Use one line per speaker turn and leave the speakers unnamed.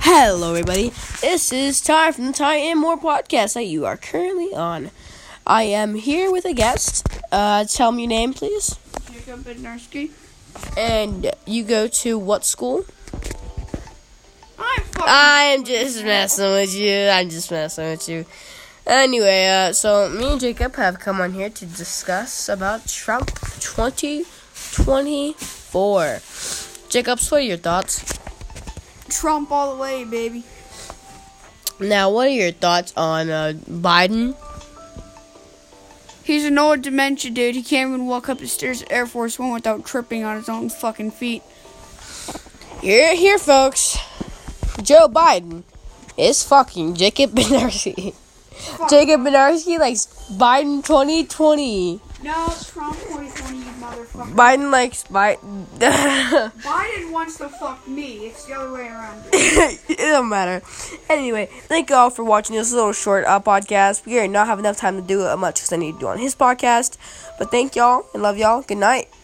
Hello, everybody. This is Ty from the Ty and More podcast that you are currently on. I am here with a guest. Uh, tell me your name, please.
Jacob Bednarski.
And you go to what school?
I'm fucking.
I'm just messing with you. I'm just messing with you. Anyway, uh, so me and Jacob have come on here to discuss about Trump 2024. Jacob, what are your thoughts?
Trump all the way, baby.
Now, what are your thoughts on uh, Biden?
He's an old dementia dude. He can't even walk up the stairs at Air Force One without tripping on his own fucking feet.
Here, here, folks. Joe Biden is fucking Jacob Benarski. Jacob Benarski likes Biden 2020.
No, Trump 2020, you motherfucker.
Biden likes Biden.
Biden wants to fuck me. It's the other way around.
it don't matter. Anyway, thank you all for watching this little short uh, podcast. We already not have enough time to do it much because I need to do on his podcast. But thank y'all and love y'all. Good night.